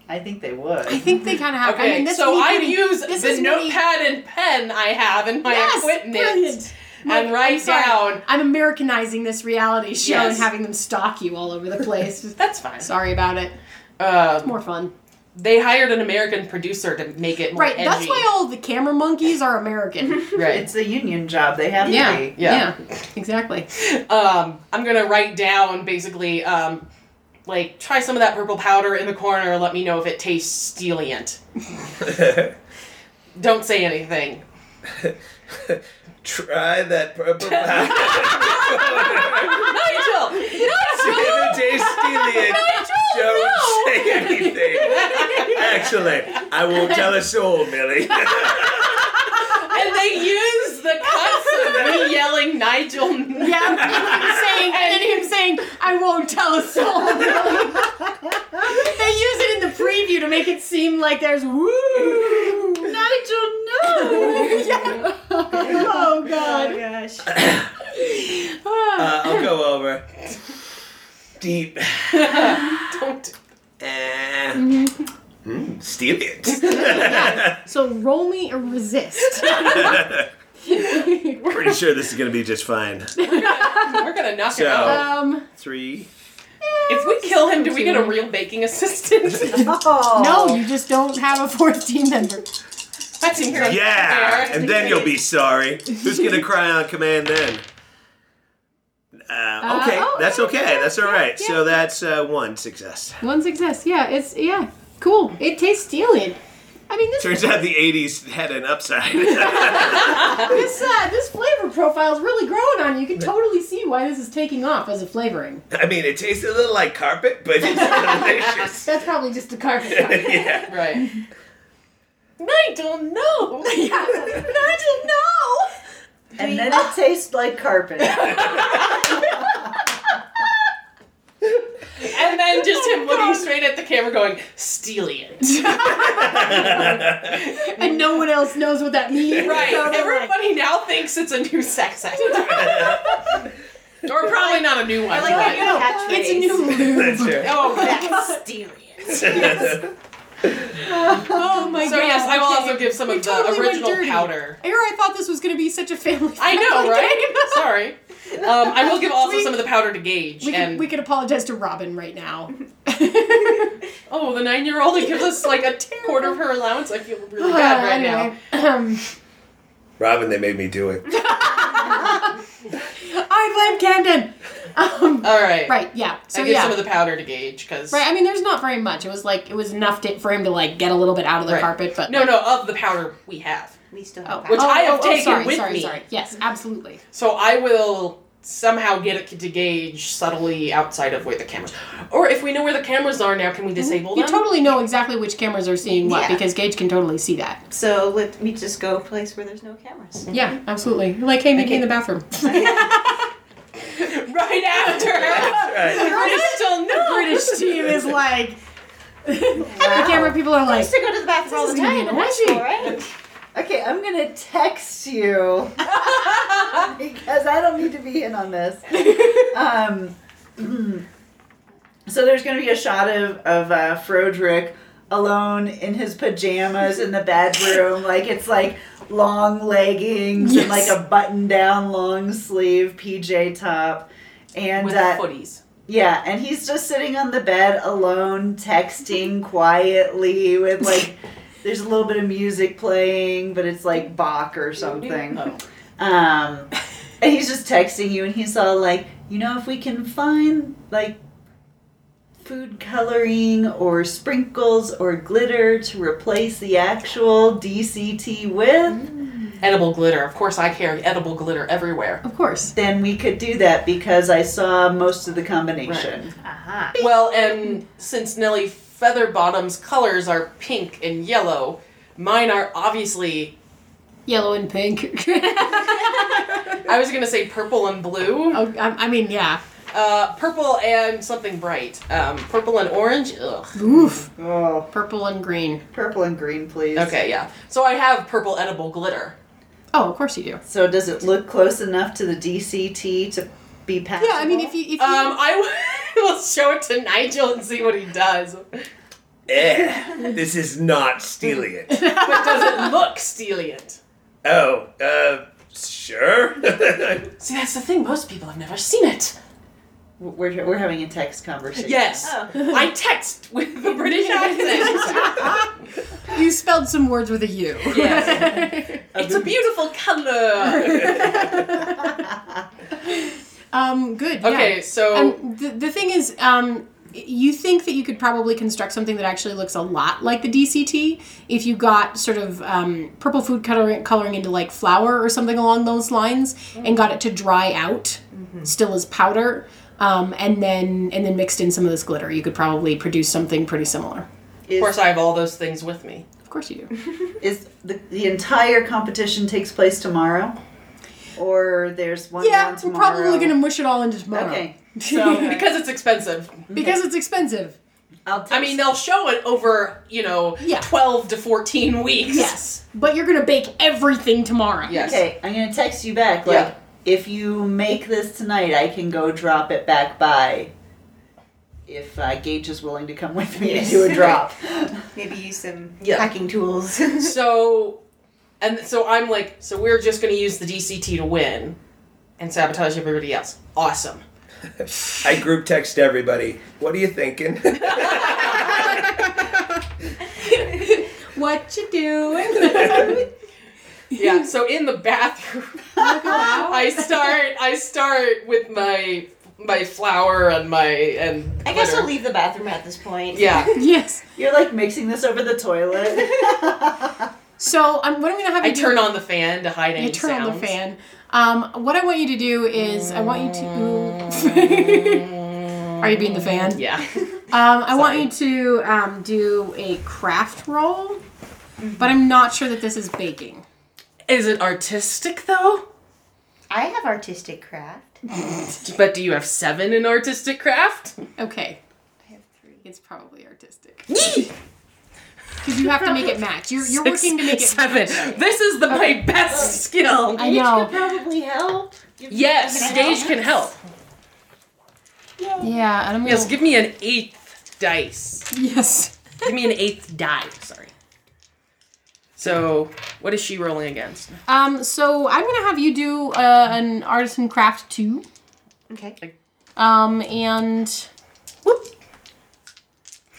I think they would.
I think they kind of have. Mm, I
Okay,
mean, this
so
is me
I
putting-
use
this
the
is me-
notepad and pen I have in my
Yes,
equipment
brilliant.
and
I'm
write
sorry.
down.
I'm Americanizing this reality show and
Yes.
having them stalk you all over the
<laughs>
place.
That's fine.
Sorry about it.
Uh,
More fun.
they hired an American producer to make it more
Right, that's
edgy.
why all the camera monkeys are <laughs> American.
it's a union job. They have to
yeah,
be.
yeah,
Yeah.
exactly.
um, I'm gonna write down basically, um, like try some of that purple powder in the corner. Let me know if it tastes steelient. Don't say anything.
Try that purple powder.
Nigel,
It
<laughs>
tastes steely. Don't say anything. Actually, I won't tell a soul,
<laughs>
Millie. <laughs> Uh,
and they use the cuts of me yelling Nigel.
Yeah, and him saying, and him saying, I won't tell a soul. <laughs> they use it in the preview to make it seem like there's woo. Nigel, no. <laughs> yeah. Oh
Oh
God. Ah.
gosh.
Uh, I'll go over. Deep.
<laughs> Don't.
Eh. Mm, steal it.
So roll me a resist.
<laughs> Pretty sure this is gonna be just fine.
We're gonna knock
So-
it out.
<laughs> Um,
Three.
If we kill him, do we get a real baking assistant? <laughs>
Oh.
no, you just don't have a fourth team member.
touching her
Yeah,
hair.
and then you'll be sorry. Who's gonna cry on command then? Uh, okay,
oh,
that's
yeah,
okay.
yeah,
that's all
yeah,
right.
yeah.
So that's uh, one success.
One success. Yeah, it's yeah, cool. It tastes stealing. I mean, this
Turns out the '80s had an upside. <laughs>
this uh, this flavor profile is really growing on you. You can totally see why this is taking off as a flavoring.
I mean, it tasted a little like carpet, but it's <laughs> delicious.
That's probably just the <laughs> carpet.
yeah.
<laughs>
<laughs>
Right. Nigel, no! Nigel, no!
And then it tastes like carpet.
And then just him looking straight at the camera going, stealing it.
and no one else knows what that means.
Right.
So they're like-
Everybody now thinks it's a new sex <laughs> act. or probably not a new one.
like that
but-
catchphrase.
it's a new
<laughs>
lube.
That's <laughs> true.
oh,
stealing.
Oh my
So
god.
yes, I will
okay.
also give some
We
of the
totally went
original
dirty.
powder.
Aaron, I thought this was going to be such a family.
<laughs> I know, <laughs>
friendly <laughs>
right?
game.
Sorry. Um, I will give also
We-
some of the powder to Gage.
We
and
could, we could apologize to Robin
<laughs>
right now. <laughs>
oh, the nine-year-old who gives us like a quarter of her allowance. I feel <sighs> really bad right now.
Um,
Robin, they made me do it.
I blame
<laughs>
Camden. Um,
All right.
right, yeah. So
I give
yeah.
some of the powder to Gage because
Right, I mean, there's not very much. It was like it was enough to, for him to like get a little bit out of the
Right.
carpet, but
no, no, of the powder we have.
We still
Oh,
have
Which
oh,
I have
oh, oh,
taken
sorry,
with
sorry,
me.
Sorry. Yes, absolutely.
So I will somehow get it to Gage subtly outside of where the cameras. Or if we know where the cameras are now, can we disable
Mhm. You
them?
totally know exactly which cameras are seeing what
Yeah.
because Gage can totally see that.
that. So let me just go a place where there's no
Mm-hmm.
cameras.
Yeah, absolutely. Like, hey, meet me in the
<laughs>
bathroom.
right
<laughs>
after.
Right.
Crystal, no.
British team is like. <laughs> And the camera people are like,
I used to go to the bathroom all the
This is
time in
gonna be
high school, right?
Okay, I'm gonna text you <laughs> because I don't need to be in on this. Um, <clears throat> so there's gonna be a shot of of uh, Frodrick alone in his pajamas in the bedroom, like it's like long leggings and like
Yes.
a button down long sleeve PJ top, and
With
uh,
footies.
yeah, and he's just sitting on the bed alone, texting quietly with like, <laughs> there's a little bit of music playing, but it's like Bach or something.
Oh.
<laughs> Um, and he's just texting you, and he's all like, you know, if we can find like food coloring or sprinkles or glitter to replace the actual DCT with,
<laughs> Edible glitter. Of course, I carry edible glitter everywhere.
of course.
then we could do that because I saw most of the combination.
Uh-huh.
Well, and since Nellie Featherbottom's colors are pink and yellow, mine are obviously.
Yellow and pink. <laughs> oh,
I was gonna say purple and blue.
I, I mean, yeah.
Uh, purple and something bright. Um, purple and orange. Ugh.
Oof.
Oh,
Purple and green.
purple and green, please.
Okay, yeah. So I have purple edible glitter.
Oh, of course you do.
So does it look close enough to the DCT to be passable?
Yeah, I mean, if you if you
Um, I <laughs> will show it to Nigel and see what he does. But
Eh, this is not stealing it.
does <laughs> it look stealant?
Oh, uh, sure. <laughs>
See, that's the thing. Most people have never seen it.
we're, we're having a text conversation. <laughs>
Yes,
Oh.
I text with the <laughs> British accent.
<laughs> you spelled some words with a U. <laughs>
Yes. it's a beautiful color.
um, good. yeah.
Okay, so
And the, the thing is, um, you think that you could probably construct something that actually looks a lot like the DCT if you got sort of um, purple food coloring, coloring into like flour or something along those lines and got it to dry out, still as powder. Um, and then and then mixed in some of this glitter, you could probably produce something pretty similar.
<laughs> of course
Is,
I have all those things with me.
Of course you do.
is the, the entire competition takes place tomorrow? Or there's <laughs> one
yeah,
round
we're
tomorrow?
probably gonna mush it all into tomorrow. <laughs>
Okay.
<laughs> So because it's expensive.
because it's expensive.
I'll text
I mean, they'll show it over you know
Yeah.
twelve to fourteen weeks.
Yes, but you're gonna bake everything tomorrow.
Yes.
Okay, I'm going to text you back. Like,
Yeah.
if you make this tonight, I can go drop it back by. If uh, Gage is willing to come with me
Yes.
to do a
<laughs>
drop.
Maybe use some
Yeah.
hacking tools. <laughs>
So, and so I'm like, so we're just going to use the DCT to win and sabotage everybody else. Awesome.
I group text <laughs> everybody. What are you thinking?
What you doing?
Yeah, so in the bathroom, I start I start with my my flower and my and
I guess
glitter.
we'll leave the bathroom at this point.
Yeah.
yes.
You're like mixing this over the toilet.
<laughs> So I'm, what I'm gonna have <laughs> you
I
do-
turn on the fan to hide any
You turn on the
sounds.
fan. Um, what I want you to do is I want you to. <laughs> Are you being the fan? <laughs>
Yeah.
Um, I want you to um, do a craft roll, but I'm not sure that this is baking.
Is it artistic though?
I have artistic craft.
But do you have seven in artistic craft?
Okay. It's probably artistic. Because you have to make it match. You're, you're working to make it
seven.
match.
This is the my best skill.
I know.
Probably help.
Yes, stage can help.
Yeah, and I'm gonna.
Yes, give me an eighth dice.
yes.
Give me an eighth die. Sorry. So, what is she rolling against?
Um, so I'm gonna have you do uh, an artisan craft two.
Okay.
Um, and whoop.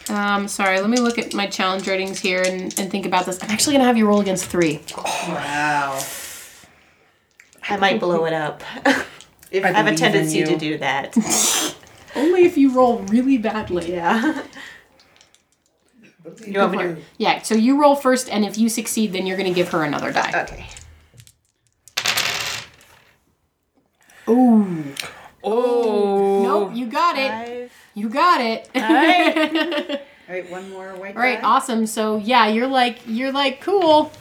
Um, sorry, let me look at my challenge ratings here and, and think about this. I'm actually gonna have you roll against three.
Wow.
I might blow it up. I have a tendency to do that.
Only if you roll really badly.
Yeah. you want me to?
Yeah, so you roll first, and if you succeed, then you're gonna give her another die.
<laughs> Okay.
Oh.
Nope, you got it.
Five.
You got it. <laughs>
All right, one more white
All right,
die.
awesome. So yeah, you're like you're like cool.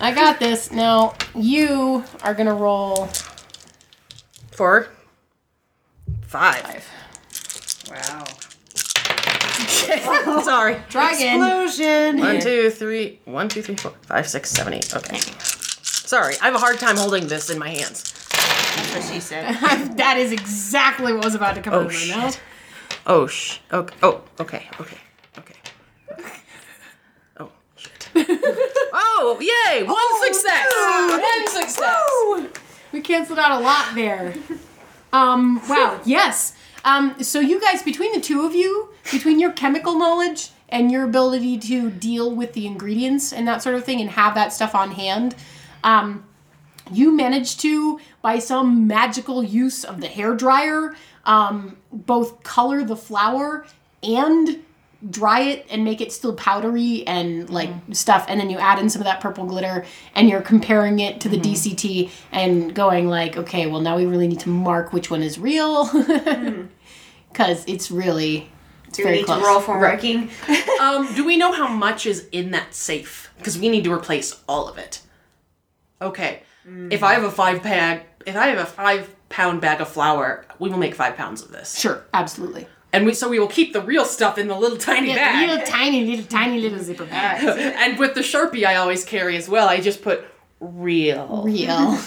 I got this. Now you are gonna roll
Four. Five.
Wow.
<laughs> Sorry.
dragon.
One, two, three. One, two, three, four, five, six, seven, eight. Okay. Sorry, I have a hard time holding this in my hands.
That's what she said.
<laughs> that is exactly what was about to come out of my
shit.
mouth.
Oh sh. Okay. Oh. Okay. Okay. Okay. Oh <laughs> shit. oh yay! One success.
One success.
We canceled out a lot there. Um, wow, yes. Um, so you guys, between the two of you, between your chemical knowledge and your ability to deal with the ingredients and that sort of thing and have that stuff on hand, um, you managed to, by some magical use of the hairdryer, um, both color the flower and dry it and make it still powdery and like
Mm-hmm.
stuff and then you add in some of that purple glitter and you're comparing it to the
Mm-hmm.
DCT and going like okay well now we really need to mark which one is real <laughs> cuz it's really it's
Do we Mm-hmm.
very
need
close.
to roll for marking?
Um, do we know how much is in that safe? Because we need to replace all of it. Okay. If I have a five bag, if I have a five pound bag of flour, we will make five pounds of this,
Sure, absolutely.
and we so we will keep the real stuff in the little <laughs> tiny bag.
Little tiny little tiny little zipper bag.
and with the sharpie I always carry as well, I just put real.
<laughs>
<laughs> Real.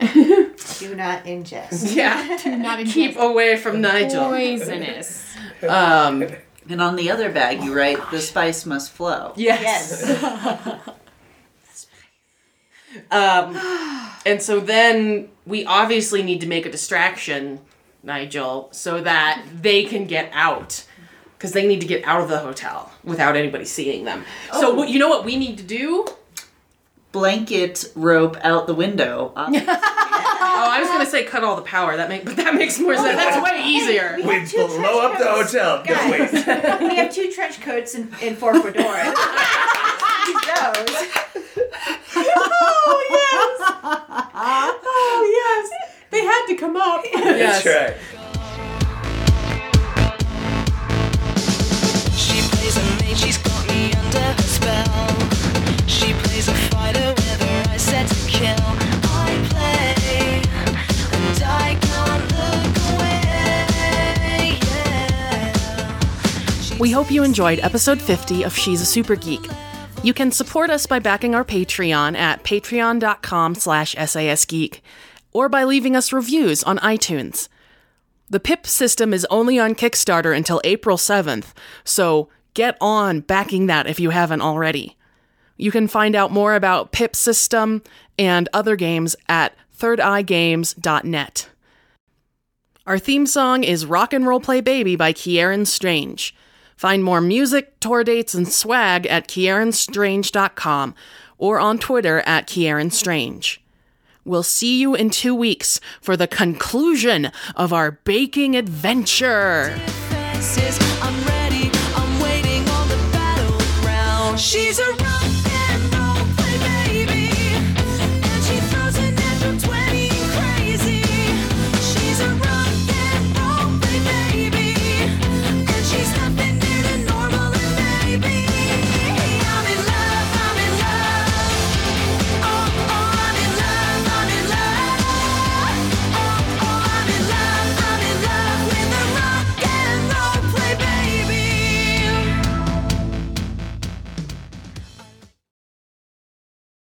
Do not ingest.
Yeah.
Not in
<laughs> Keep away from Nigel.
poisonous.
Um,
And on the other bag, you write, the spice must flow.
yes.
Yes.
Um, and so then we obviously need to make a distraction, Nigel, so that they can get out. Because they need to get out of the hotel without anybody seeing them. So what, you know what we need to do?
Blanket rope out the window.
Oh, I was gonna say cut all the power. That make, <laughs> but that makes more sense. Oh, That's way easier.
We
have two
blow up the
trench
hotel. No,
Guys.
wait.
we have two trench coats in, in Fort Fedora. Those.
Oh yes. They had to come up.
That's right.
She plays a maid, she's got me under her spell. She plays a fighter with her eyes set to kill. I play, and I can't look away. Yeah.
We hope you enjoyed episode 50 of She's a Super Geek. You can support us by backing our Patreon at patreon.com slash sasgeek or by leaving us reviews on iTunes. The PIP system is only on Kickstarter until April 7th, so get on backing that if you haven't already. You can find out more about PIP system and other games at thirdeyegames.net. Our theme song is Rock and Roll Play Baby by Kieran Strange. Find more music, tour dates, and swag at kieranstrange.com or on Twitter at kieranstrange. We'll see you in two weeks for the conclusion of our baking adventure.
I'm ready, I'm waiting on the battleground. She's a